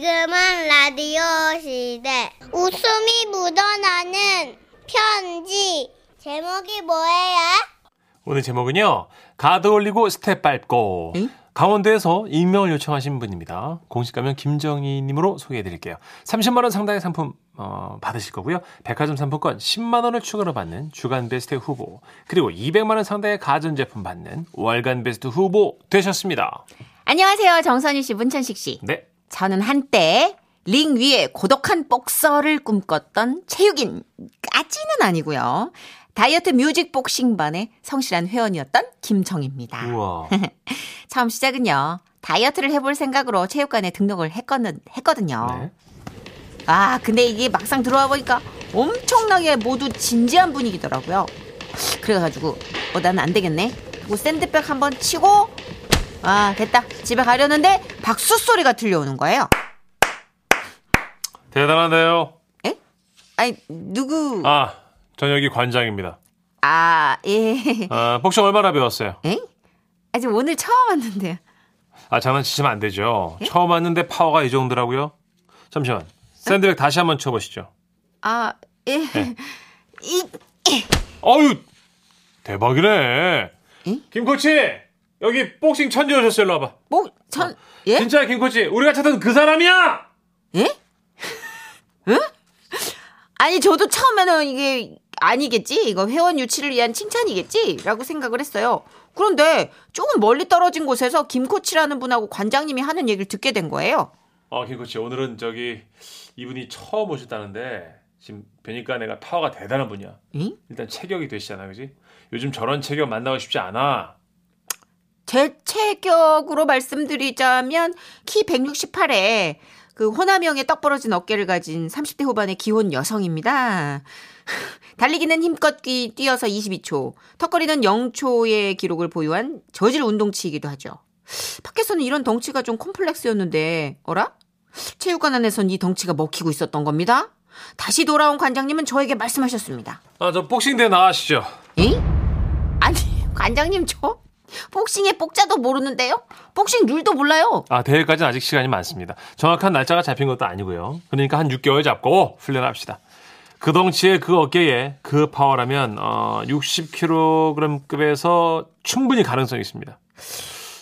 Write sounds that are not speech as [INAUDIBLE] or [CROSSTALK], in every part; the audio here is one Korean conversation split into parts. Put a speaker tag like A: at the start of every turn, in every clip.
A: 지금은 라디오 시대. 웃음이 묻어나는 편지. 제목이 뭐예요?
B: 오늘 제목은요. 가드 올리고 스텝 밟고.
C: 에이?
B: 강원도에서 임명을 요청하신 분입니다. 공식 가면 김정희 님으로 소개해 드릴게요. 30만 원 상당의 상품 어, 받으실 거고요. 백화점 상품권 10만 원을 추가로 받는 주간 베스트 후보, 그리고 200만 원 상당의 가전 제품 받는 월간 베스트 후보 되셨습니다.
C: 안녕하세요. 정선희 씨, 문천식 씨.
B: 네.
C: 저는 한때 링 위에 고독한 복서를 꿈꿨던 체육인 까지는 아니고요. 다이어트 뮤직 복싱반의 성실한 회원이었던 김정입니다.
B: 우와.
C: 처음 시작은요. 다이어트를 해볼 생각으로 체육관에 등록을 했거든, 했거든요.
B: 네.
C: 아, 근데 이게 막상 들어와 보니까 엄청나게 모두 진지한 분위기더라고요. 그래가지고, 어, 나는 안 되겠네. 하고 샌드백 한번 치고, 아, 됐다. 집에 가려는데 박수 소리가 들려오는 거예요.
B: 대단하네요.
C: 에? 아니, 누구, 아,
B: 아, 전 여기 관장입니다.
C: 예. [LAUGHS]
B: 아, 복싱 얼마나 배웠어요?
C: 에? 아, 지금 오늘 처음 왔는데요.
B: 아, 장난치시면 안 되죠. 처음 왔는데 파워가 이 정도라고요? 잠시만. 샌드백 다시 한번 쳐보시죠.
C: 아, 예. 이,
B: 아유, 대박이네. 김 코치, 여기 복싱 천재 오셨어요. 일로 와봐.
C: 뭐, 전, 예?
B: 진짜야, 김 코치. 우리가 찾던 그 사람이야!
C: 예? 응? 아니 저도 처음에는 이게 아니겠지 이거 회원 유치를 위한 칭찬이겠지라고 생각을 했어요. 그런데 조금 멀리 떨어진 곳에서 김 코치라는 분하고 관장님이 하는 얘기를 듣게 된 거예요.
B: 어, 김 코치, 오늘은 저기 이분이 처음 오셨다는데 지금 뵈니까 내가 파워가 대단한 분이야.
C: 응?
B: 일단 체격이 되시잖아, 그지? 요즘 저런 체격 만나고 싶지 않아.
C: 제 체격으로 말씀드리자면 키 168에 그 호남형의 떡 벌어진 어깨를 가진 30대 후반의 기혼 여성입니다. [LAUGHS] 달리기는 힘껏 뛰- 뛰어서 22초, 턱걸이는 0초의 기록을 보유한 저질 운동치이기도 하죠. 밖에서는 이런 덩치가 좀 콤플렉스였는데, 어라? 체육관 안에선 이 덩치가 먹히고 있었던 겁니다. 다시 돌아온 관장님은 저에게 말씀하셨습니다.
B: 아, 저 복싱대 나가시죠.
C: 에 아니, 관장님 저 복싱의 복자도 모르는데요? 복싱 룰도 몰라요.
B: 아, 대회까지는 아직 시간이 많습니다. 정확한 날짜가 잡힌 것도 아니고요. 그러니까 한 6개월 잡고 훈련합시다. 그 덩치에 그 어깨에 그 파워라면 어, 60kg급에서 충분히 가능성이 있습니다.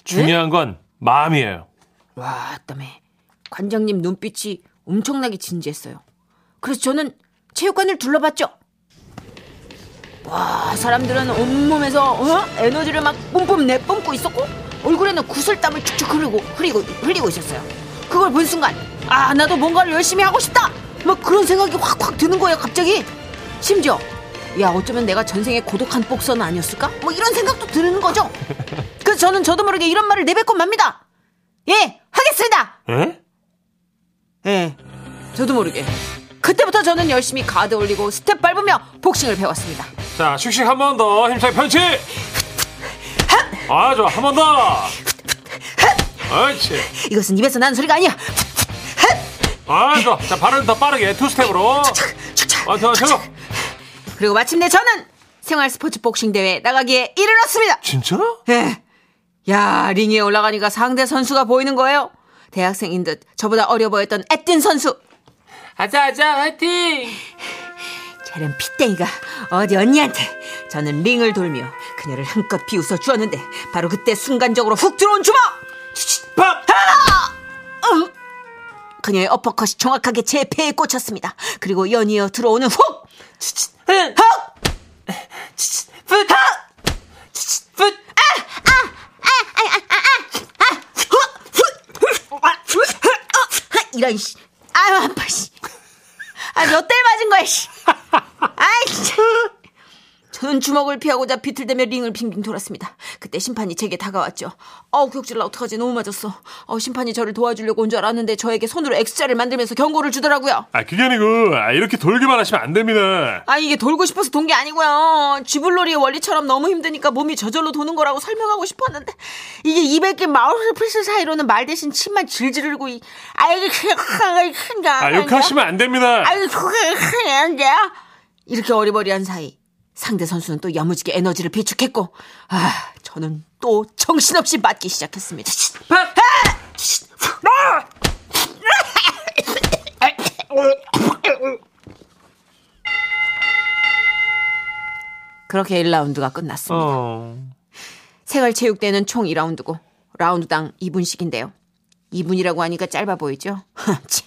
B: 중요한 건 마음이에요.
C: 와, 땀에 관장님 눈빛이 엄청나게 진지했어요. 그래서 저는 체육관을 둘러봤죠. 와, 사람들은 온몸에서 어? 에너지를 막 뿜뿜 내뿜고 있었고 얼굴에는 구슬땀을 축축 흐르고 흐리고 흘리고 있었어요. 그걸 본 순간 아, 나도 뭔가를 열심히 하고 싶다. 막 그런 생각이 확확 드는 거예요, 갑자기. 심지어 야, 어쩌면 내가 전생에 고독한 복서는 아니었을까? 뭐 이런 생각도 드는 거죠. 그래서 저는 저도 모르게 이런 말을 내뱉고 맙니다. 예, 하겠습니다.
B: 에?
C: 예, 저도 모르게. 그때부터 저는 열심히 가드 올리고 스텝 밟으며 복싱을 배웠습니다.
B: 자, 슉슉 한 번 더. 힘차게 펀치! 아, 좋아. 한 번 더! 그렇지.
C: 이것은 입에서 나는 소리가 아니야.
B: 아, 좋아. 자, 발은 더 빠르게. 투 스텝으로. 어, 완투, 완투!
C: 그리고 마침내 저는 생활 스포츠 복싱 대회 에 나가기에 이르렀습니다.
B: 진짜?
C: 예. 야, 링에 올라가니까 상대 선수가 보이는 거예요. 대학생인 듯 저보다 어려 보였던 에틴 선수.
B: 아자, 아자, 화이팅!
C: 저런 피땡이가 어디 언니한테 저는 링을 돌며 그녀를 한껏 비웃어 주었는데 바로 그때 순간적으로 훅 들어온 주먹! 아! 음.
B: 팍!
C: 그녀의 어퍼컷이 정확하게 제 배에 꽂혔습니다. 그리고 연이어 들어오는 훅!
B: 흥!
C: 훅!
B: 풋! 풋!
C: 이런 씨. 아유 한파 씨. 아몇대 맞은 거야 씨. 아이 참. 저는 주먹을 피하고자 비틀대며 링을 빙빙 돌았습니다. 그때 심판이 제게 다가왔죠. 어우 격질나 어떡하지 너무 맞았어. 어 심판이 저를 도와주려고 온 줄 알았는데 저에게 손으로 X자를 만들면서 경고를 주더라고요.
B: 아, 그게 아니고, 아, 이렇게 돌기만 하시면 안 됩니다.
C: 아 이게 돌고 싶어서 돈 게 아니고요. 쥐불놀이의 원리처럼 너무 힘드니까 몸이 저절로 도는 거라고 설명하고 싶었는데 이게 200개 마우스피스 사이로는 말 대신 침만 질질 흘고 이- 아 이게 큰가 큰가
B: 아, 욕하시면 안 됩니다.
C: 아유 그게 큰데 이렇게 어리버리한 사이 상대 선수는 또 야무지게 에너지를 비축했고 아 저는 또 아! 정신없이 맞기 시작했습니다.
B: 팍! 아!
C: 그렇게 1라운드가 끝났습니다.
B: 어.
C: 생활체육대회는 총 2라운드고 라운드당 2분씩인데요. 2분이라고 하니까 짧아 보이죠? [LAUGHS] 참.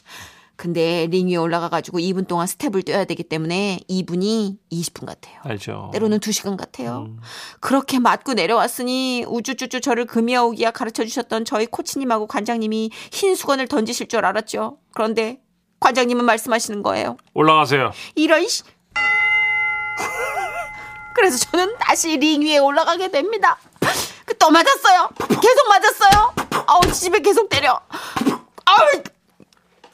C: 근데 링 위에 올라가가지고 2분 동안 스텝을 뛰어야 되기 때문에 2분이 20분 같아요.
B: 알죠.
C: 때로는 2시간 같아요. 그렇게 맞고 내려왔으니 우쭈쭈쭈 저를 금이야오기야 가르쳐주셨던 저희 코치님하고 관장님이 흰 수건을 던지실 줄 알았죠. 그런데 관장님은 말씀하시는 거예요.
B: 올라가세요.
C: 이런 씨. 그래서 저는 다시 링 위에 올라가게 됩니다. 그 또 맞았어요. 계속 맞았어요. 아우 집에 계속 때려. 아우.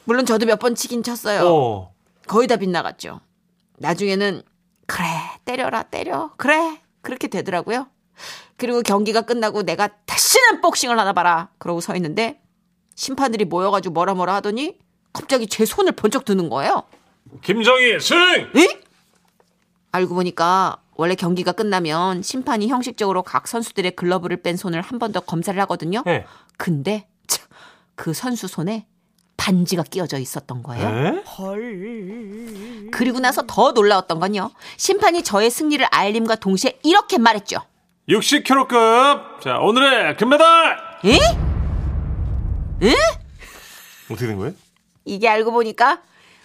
C: 물론 저도 몇 번 치긴 쳤어요.
B: 어.
C: 거의 다 빗나갔죠. 나중에는 그래 때려라 때려 그래 그렇게 되더라고요. 그리고 경기가 끝나고 내가 다시는 복싱을 하나 봐라 그러고 서 있는데 심판들이 모여가지고 뭐라 뭐라 하더니 갑자기 제 손을 번쩍 드는 거예요.
B: 김정희 승!
C: 에? 알고 보니까 원래 경기가 끝나면 심판이 형식적으로 각 선수들의 글러브를 뺀 손을 한 번 더 검사를 하거든요.
B: 예.
C: 근데 참, 그 선수 손에 반지가 끼어져 있었던 거예요.
B: 에?
C: 그리고 나서 더 놀라웠던 건요. 심판이 저의 승리를 알림과 동시에 이렇게 말했죠.
B: 60kg급. 자, 오늘의 금메달!
C: 에?
B: 어떻게 된 거예요?
C: 이게 알고 보니까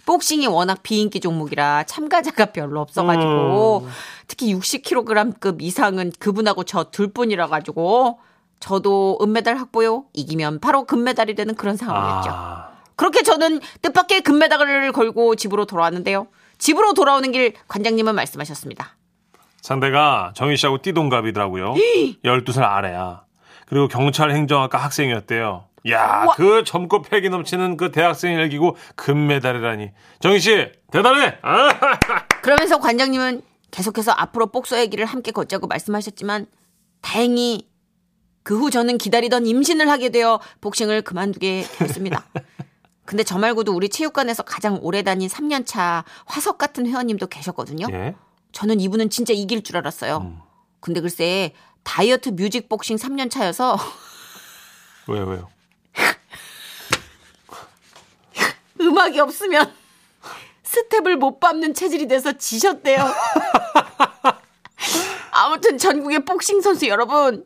C: 복싱이 워낙 비인기 종목이라 참가자가 별로 없어가지고 특히 60kg급 이상은 그분하고 저 둘뿐이라 가지고 저도 은메달 확보요 이기면 바로 금메달이 되는 그런 상황이었죠.
B: 아.
C: 그렇게 저는 뜻밖의 금메달을 걸고 집으로 돌아왔는데요. 집으로 돌아오는 길 관장님은 말씀하셨습니다.
B: 상대가 정희 씨하고 띠동갑이더라고요. 12살 아래야. 그리고 경찰 행정학과 학생이었대요. 야, 그 젊고 패기 넘치는 그 대학생을 이기고 금메달이라니. 정희 씨, 대단해! 아!
C: 그러면서 관장님은 계속해서 앞으로 복서 얘기를 함께 걷자고 말씀하셨지만 다행히 그 후 저는 기다리던 임신을 하게 되어 복싱을 그만두게 되었습니다. [LAUGHS] 근데 저 말고도 우리 체육관에서 가장 오래 다닌 3년차 화석 같은 회원님도 계셨거든요.
B: 예.
C: 저는 이분은 진짜 이길 줄 알았어요. 근데 글쎄 다이어트 뮤직 복싱 3년차여서
B: 왜요, 왜요?
C: 음악이 없으면 스텝을 못 밟는 체질이 돼서
B: [LAUGHS]
C: 지셨대요. 아무튼 전국의 복싱 선수 여러분,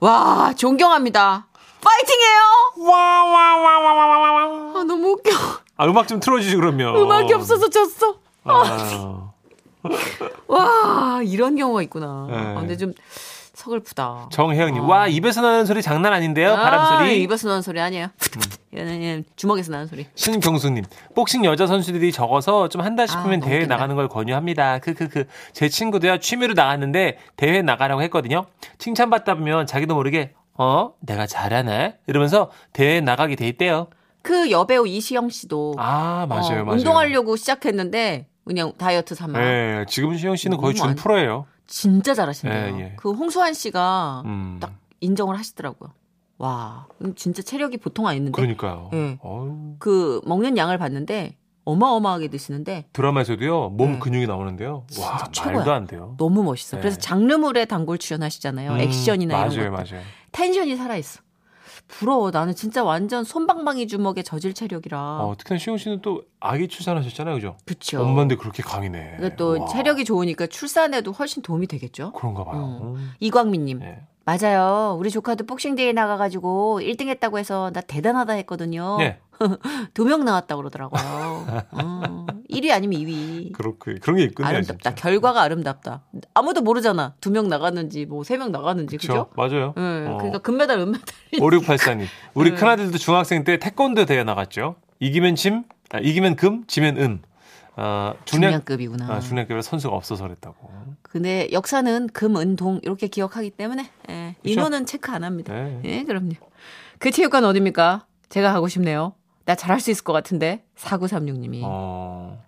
C: 와 존경합니다. 파이팅해요.
B: 와와와와와와와.
C: 아 너무 웃겨.
B: 아 음악 좀 틀어주지 그러면.
C: 음악이 없어서 졌어.
B: 아,
C: 와 이런 경우가 있구나.
B: 네.
C: 아, 근데 좀 서글프다.
B: 정혜영님, 와 입에서 나는 소리 장난 아닌데요? 바람
C: 아,
B: 소리. 음.
C: 입에서 나는 소리 아니에요. 이거는 그냥 주먹에서 나는 소리.
B: 신경수님, 복싱 여자 선수들이 적어서 좀 한다
C: 아,
B: 싶으면
C: 너무
B: 대회
C: 웃긴다.
B: 나가는 걸 권유합니다. 그 그 그. 제 친구도요 취미로 나갔는데 대회 나가라고 했거든요. 칭찬받다 보면 자기도 모르게 어 내가 잘하네 이러면서 대회 나가게 돼 있대요.
C: 그 여배우 이시영 씨도
B: 아 맞아요,
C: 어,
B: 맞아요.
C: 운동하려고 시작했는데 그냥 다이어트 삼아
B: 네, 지금 시영 씨는 거의
C: 너무
B: 준
C: 안-
B: 프로예요.
C: 진짜 잘하신대요.
B: 예, 예.
C: 그 홍수환 씨가
B: 음,
C: 어, 딱 인정을 하시더라고요. 와, 진짜 체력이 보통 아니는데 그
B: 그러니까요.
C: 네.
B: 어우.
C: 먹는 양을 봤는데 어마어마하게 드시는데
B: 드라마에서도요 몸
C: 네.
B: 근육이 나오는데요. 와
C: 진짜 최고야.
B: 말도 안 돼요.
C: 너무 멋있어. 요
B: 네.
C: 그래서 장르물에 단골 출연하시잖아요.
B: 음,
C: 액션이나
B: 맞아요,
C: 이런 거
B: 맞아요.
C: 텐션이 살아 있어. 부러워. 나는 진짜 완전 손방망이 주먹에 저질 체력이라.
B: 어, 특히나 시영 씨는 또 아기 출산하셨잖아요, 그죠?
C: 그렇죠.
B: 엄마인데 그렇게 강이네.
C: 이게 또
B: 와,
C: 체력이 좋으니까 출산에도 훨씬 도움이 되겠죠.
B: 그런가 봐요. 음.
C: 이광민님,
B: 예.
C: 맞아요. 우리 조카도 복싱 대회 나가가지고 1등 했다고 해서 나 대단하다 했거든요.
B: 예,
C: 두 명 나왔다 그러더라고요. 어, 1위 아니면 2위.
B: 그렇게 그런 게 있군요.
C: 아름답다.
B: 진짜.
C: 결과가 아름답다. 아무도 모르잖아. 두 명 나갔는지 뭐 세 명 나갔는지
B: 그렇죠?
C: 그죠?
B: 맞아요.
C: 예. [LAUGHS]
B: 어.
C: 그러니까 금메달, 은메달이
B: 5684님. 우리
C: 네.
B: 큰아들도 중학생 때 태권도 대회 나갔죠. 이기면 침, 아, 이기면 금, 지면 은. 아, 중량,
C: 중량급이구나.
B: 아, 중량급에 선수가 없어서 그랬다고.
C: 근데 역사는 금, 은, 동 이렇게 기억하기 때문에 예. 인원은 체크 안 합니다.
B: 네.
C: 예, 그럼요. 그 체육관 어딥니까? 제가 가고 싶네요. 나 잘할 수 있을 것 같은데 4936님이
B: 어,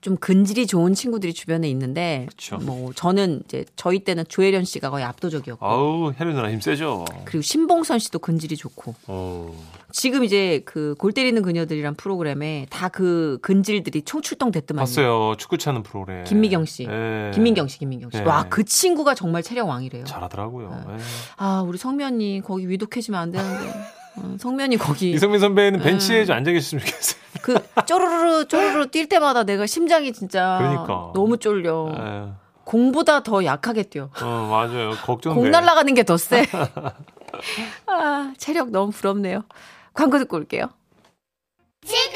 C: 좀 근질이 좋은 친구들이 주변에 있는데
B: 그쵸.
C: 뭐 저는 이제 저희 때는 조혜련 씨가 거의 압도적이었고
B: 아우, 혜련 누나 힘 세죠?
C: 그리고 신봉선 씨도 근질이 좋고
B: 어.
C: 지금 이제 그 골 때리는 그녀들이란 프로그램에 다 그 근질들이 총출동 됐더만요.
B: 봤어요. 축구 차는 프로그램.
C: 김미경 씨.
B: 예.
C: 김민경 씨, 김민경 씨.
B: 네.
C: 와, 그 친구가 정말 체력 왕이래요.
B: 잘하더라고요. 예.
C: 아, 우리 성면이 거기 위독해지면 안 되는데. 음, 성면이 음.
B: [LAUGHS]
C: 거기
B: 이성민 선배는 벤치에 좀 앉아 계셨으면 좋겠어요.
C: 그 쪼르르 쪼르르 뛸 때마다 내가 심장이 진짜
B: 그러니까.
C: 너무 쫄려.
B: 예.
C: 공보다 더 약하게 뛰어.
B: 어, 맞아요. 걱정돼.
C: 공 날아가는 게 더 세. [LAUGHS] 아, 체력 너무 부럽네요. 광고 듣고 올게요.
A: 지금은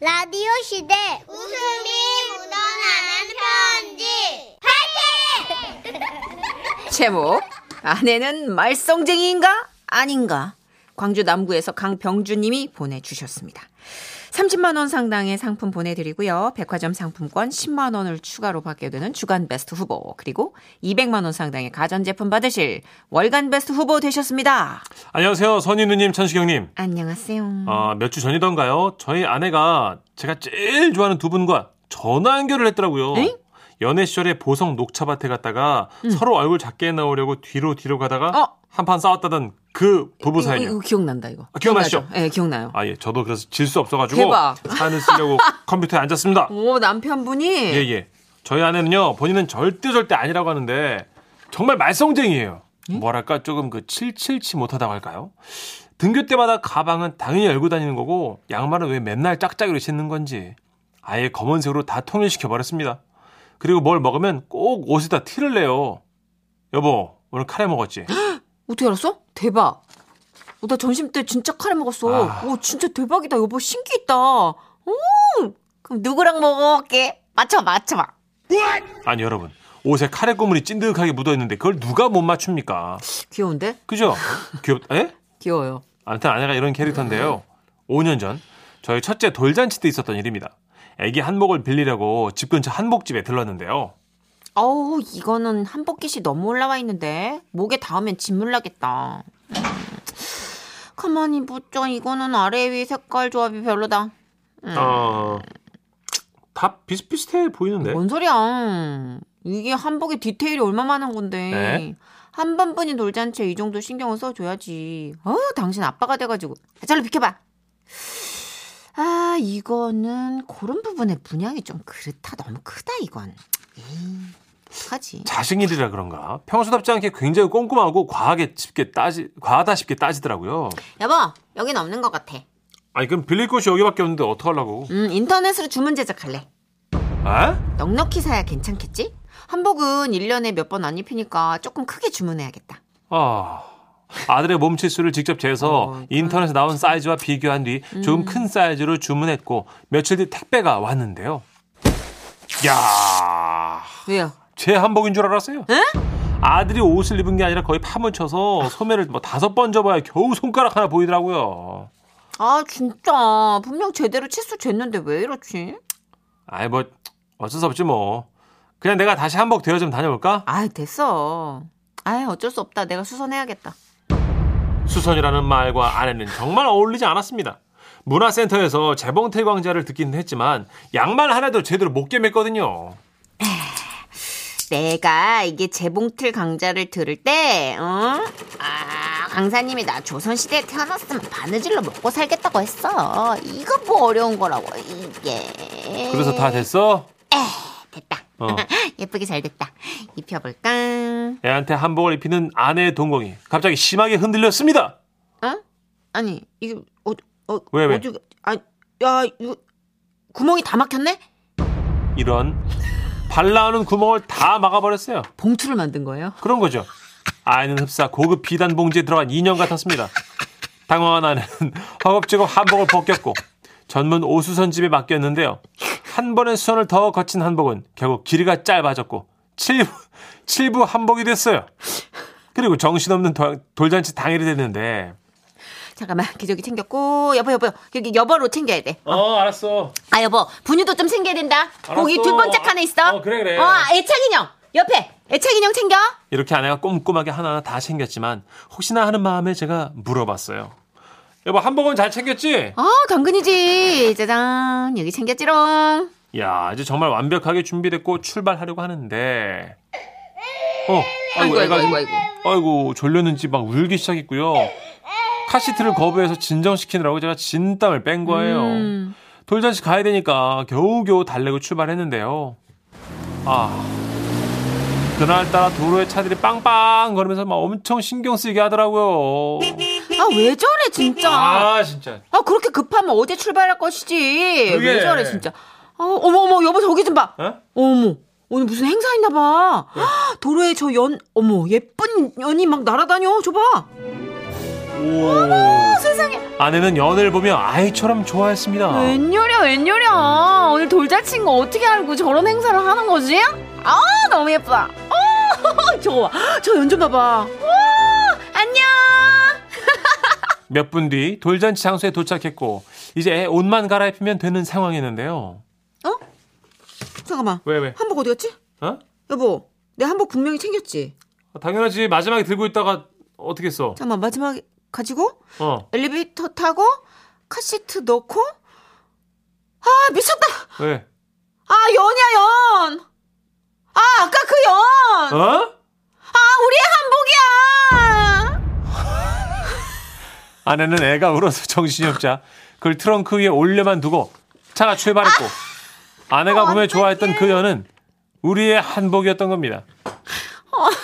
A: 라디오 시대 웃음이 묻어나는 편지
C: 제목 아내는 말썽쟁이인가 아닌가 광주 남구에서 강병주님이 보내주셨습니다. 30만 원 상당의 상품 보내드리고요. 백화점 상품권 10만 원을 추가로 받게 되는 주간 베스트 후보 그리고 200만 원 상당의 가전제품 받으실 월간 베스트 후보 되셨습니다.
B: 안녕하세요. 선희 누님, 천식영님.
C: 안녕하세요.
B: 아,
C: 음.
B: 몇 주 전이던가요? 저희 아내가 제가 제일 좋아하는 두 분과 전화 연결을 했더라고요.
C: 엥? 음.
B: 연애 시절에 보성 녹차밭에 갔다가 서로 얼굴 작게 나오려고 뒤로 뒤로 가다가
C: 어.
B: 한판 싸웠다던 그 부부
C: 이거,
B: 사연이요.
C: 이거 기억난다 이거.
B: 아, 기억나시죠?
C: 기억나죠? 네, 기억나요.
B: 아, 예. 저도 그래서 질 수 없어가지고
C: 대박.
B: 사연을 쓰려고
C: [LAUGHS]
B: 컴퓨터에 앉았습니다.
C: 오 어, 남편분이
B: 예, 예. 저희 아내는요, 본인은 절대 절대 아니라고 하는데, 정말 말썽쟁이에요. 뭐랄까, 조금 그 칠칠치 못하다고 할까요? 등교 때마다 가방은 당연히 열고 다니는 거고, 양말은 왜 맨날 짝짝이로 신는 건지, 아예 검은색으로 다 통일시켜버렸습니다. 그리고 뭘 먹으면 꼭 옷에다 티를 내요. 여보, 오늘 카레 먹었지?
C: 어떻게 알았어? 대박. 어, 나 점심 때 진짜 카레 먹었어.
B: 아.
C: 오, 진짜 대박이다. 여보, 신기 있다. 오, 그럼 누구랑 먹어볼게? 맞춰, 맞춰봐.
B: 아니, 여러분. 옷에 카레 고물이 찐득하게 묻어있는데, 그걸 누가 못 맞춥니까?
C: 귀여운데?
B: 그죠? 귀엽, 예? 에?
C: 귀여워요.
B: 아무튼 아내가 이런 캐릭터인데요. 5년 전 저희 첫째 돌잔치 때 있었던 일입니다. 애기 한복을 빌리려고 집 근처 한복집에 들렀는데요.
C: 어우, 이거는 한복깃이 너무 올라와 있는데. 목에 닿으면 진물 나겠다. 음. 가만히 보자. 이거는 아래 위 색깔 조합이 별로다.
B: 어, 다 비슷비슷해 보이는데.
C: 뭔 소리야. 이게 한복의 디테일이 얼마만한 건데.
B: 네.
C: 한 번뿐인 돌잔치에 이 정도 신경을 써줘야지. 어, 당신 아빠가 돼가지고. 아, 잘로 비켜봐. 아, 이거는 그런 부분의 분양이 좀 그렇다. 너무 크다, 이건. 에이, 하지.
B: 자식일이라 그런가 평소답지 않게 굉장히 꼼꼼하고 과하게 쉽게 따지 과하다 쉽게 따지더라고요.
C: 여보, 여긴 없는 것 같아.
B: 아니 그럼 빌릴 곳이 여기밖에 없는데 어떡하려고?
C: 음, 인터넷으로 주문 제작할래.
B: 아?
C: 넉넉히 사야 괜찮겠지? 한복은 1년에 몇 번 안 입히니까 조금 크게 주문해야겠다.
B: 아. 아들의 몸치수를 직접 재서
C: 어,
B: 인터넷에 나온 사이즈와 비교한 뒤 조금 큰 사이즈로 주문했고 며칠 뒤 택배가 왔는데요. 야,
C: 왜요?
B: 제 한복인 줄 알았어요. 아들이 옷을 입은 게 아니라 거의 파묻혀서 소매를 뭐 다섯 번 접어야 겨우 손가락 하나 보이더라고요.
C: 아 진짜 분명 제대로 치수 쟀는데 왜 이렇지?
B: 아이 뭐 어쩔 수 없지 뭐. 그냥 내가 다시 한복 대여 좀 다녀올까?
C: 아 됐어. 아 어쩔 수 없다. 내가 수선해야겠다.
B: 수선이라는 말과 아내는 정말 어울리지 않았습니다. 문화센터에서 재봉틀 광자를 듣기는 했지만 양말 하나도 제대로 못 꿰맸거든요.
C: 내가 이게 재봉틀 강좌를 들을 때, 어? 아 강사님이 나 조선시대에 태어났으면 바느질로 먹고 살겠다고 했어. 이거 뭐 어려운 거라고 이게.
B: 그래서 다 됐어?
C: 됐다. [LAUGHS]
B: 어.
C: 예쁘게 잘 됐다. 입혀볼까?
B: 애한테 한복을 입히는 아내의 동공이 갑자기 심하게 흔들렸습니다.
C: 어? 아니 이게 어, 어
B: 왜, 왜?
C: 어디- 아, 야 이거 구멍이 다 막혔네?
B: 이런 발라오는 구멍을 다 막아버렸어요.
C: 봉투를 만든 거예요?
B: 그런 거죠. 아이는 흡사 고급 비단 봉지에 들어간 인형 같았습니다. 당황한 아내는 [LAUGHS] 허겁지겁 한복을 벗겼고 전문 오수선집에 맡겼는데요. 한 번의 수선을 더 거친 한복은 결국 길이가 짧아졌고 7부, [LAUGHS] 7부 한복이 됐어요. 그리고 정신없는 도- 돌잔치 당일이 됐는데
C: 잠깐만 [LAUGHS] 기저귀 챙겼고 여보 여보 여기 여보로 챙겨야 돼.
B: 어 알았어.
C: 아 여보 분유도 좀 챙겨야 된다. 거기
B: 알았어.
C: 두 번째 칸에 있어.
B: 어, 그래, 그래.
C: 어 애착인형 옆에 애착인형 챙겨.
B: 이렇게 아내가 꼼꼼하게 하나하나 다 챙겼지만 혹시나 하는 마음에 제가 물어봤어요. 여보 한복은 잘 챙겼지?
C: 아 당근이지. 짜잔 여기 챙겼지롱. 아,
B: 야, 이제 정말 완벽하게 준비됐고 출발하려고 하는데. 어, 아이고,
C: 아이고, 아이고,
B: 애가
C: 아이고,
B: 아이고,
C: 아이고.
B: 졸렸는지 막 울기 시작했고요. 카시트를 거부해서 진정시키느라고 제가 진땀을 뺀 거예요.
C: 음.
B: 돌잔치 가야 되니까 겨우겨우 달래고 출발했는데요. 아. 그날따라 도로에 차들이 빵빵 거리면서 막 엄청 신경 쓰이게 하더라고요.
C: 아 왜 저래 진짜. 아,
B: 아, 진짜.
C: 그렇게 급하면 어제 출발할 것이지.
B: 그게.
C: 왜 저래 진짜. 아, 어머 어머 여보 저기 좀 봐.
B: 어?
C: 어머 오늘 무슨 행사 있나 봐.
B: 네.
C: 헉, [GASPS] 도로에 저 연, 어머, 예쁜 연이 막 날아다녀. 줘봐. 아,
B: 오.
C: 세상에.
B: 아내는 연애를 보며 아이처럼
C: 어.
B: 좋아했습니다.
C: 웬요려, 웬요려. 오늘 돌자친 거 어떻게 알고 저런 행사를 하는 거지? 아, 너무 예쁘다. 어, [LAUGHS] 저거 봐. 저 연 좀 봐봐. 와, 안녕.
B: 몇 분 뒤 돌잔치 장소에 도착했고 이제 애 옷만 갈아입히면 되는 상황이었는데요.
C: 잠깐만.
B: 왜 왜?
C: 한복 어디 갔지?
B: 어? 아,
C: 여보, 내 한복 분명히 챙겼지?
B: 당연하지. 마지막에 들고 있다가 어떻게 써?
C: 잠깐만, 마지막에 가지고,
B: 어.
C: 엘리베이터 타고, 카시트 넣고, 아, 미쳤다!
B: 왜?
C: 아, 연이야, 연! 아, 아까 그 연!
B: 어?
C: 아, 우리의 한복이야!
B: 아내는 애가 울어서 [LAUGHS] 정신이 없자 그걸 트렁크 위에 올려만 두고 차가 출발했고 아내가 보며 좋아했던 그 연은 우리의 한복이었던 겁니다.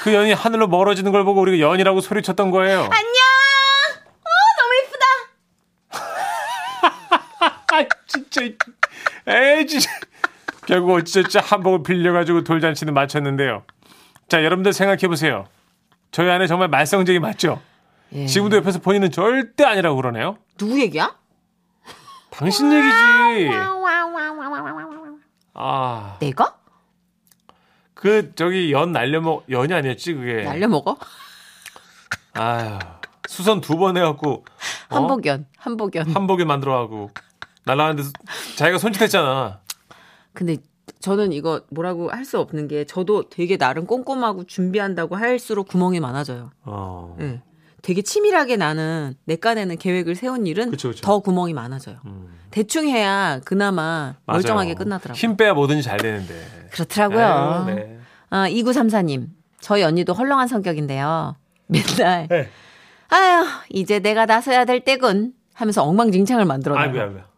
B: 그 연이 하늘로 멀어지는 걸 보고 우리가 연이라고 소리쳤던 거예요.
C: 안녕! 어, 너무 예쁘다!
B: 아 진짜 에이 진짜 결국 어찌 저찌 한복을 빌려가지고 돌잔치는 마쳤는데요. 자 여러분들 생각해 보세요. 저희 아내 정말 말썽쟁이 맞죠?
C: 예.
B: 지금도 옆에서 본인은 절대 아니라고 그러네요.
C: 누구 얘기야?
B: 당신 얘기지. 아,
C: 내가?
B: 그 저기 연 날려먹 연이 아니었지 그게.
C: 날려먹어?
B: 아유 수선 두 번 해갖고 어?
C: 한복연, 한복연.
B: 한복에 만들어하고 날라가는데 수- 자기가 손짓했잖아.
C: 근데 저는 이거 뭐라고 할 수 없는 게 저도 되게 나름 꼼꼼하고 준비한다고 할수록 구멍이 많아져요.
B: 어.
C: 예. 되게 치밀하게 나는 내 깐에는 계획을 세운 일은
B: 그쵸, 그쵸.
C: 더 구멍이 많아져요.
B: 음,
C: 대충 해야 그나마
B: 맞아요.
C: 멀쩡하게 끝나더라고요.
B: 힘 빼야 뭐든지 잘 되는데.
C: 그렇더라고요.
B: 아유, 네.
C: 아, 2934님. 저희 언니도 헐렁한 성격인데요. 맨날
B: 네.
C: 아유, 이제 내가 나서야 될 때군 하면서 엉망진창을 만들어놔요.
B: 아이고야, 아이고야.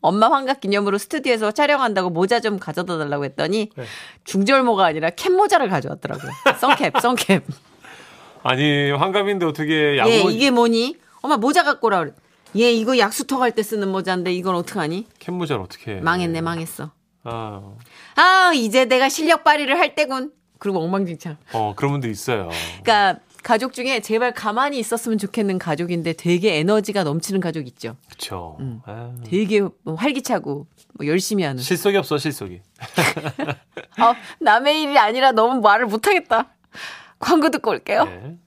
C: 엄마 환갑 기념으로 스튜디오에서 촬영한다고 모자 좀 가져다 달라고 했더니
B: 네.
C: 중절모가 아니라 캡 모자를 가져왔더라고요. 썬캡, 썬캡.
B: 아니 환갑인데 어떻게 야구
C: 예, 이게 뭐니? 엄마 모자 갖고 오라 그래. 얘 이거 약수터 갈 때 쓰는 모자인데 이건 어떡하니?
B: 캔모자를 어떻게 해?
C: 망했네, 망했어.
B: 아,
C: 아, 이제 내가 실력 발휘를 할 때군. 그리고 엉망진창.
B: 어 그런 분도 있어요.
C: 그러니까 가족 중에 제발 가만히 있었으면 좋겠는 가족인데 되게 에너지가 넘치는 가족 있죠.
B: 그렇죠.
C: 음. 되게 뭐 활기차고 뭐 열심히 하는. 어,
B: 실속이 없어 실속이.
C: 아, 남의 일이 아니라 너무 말을 못하겠다. 광고 듣고 올게요.
B: 네.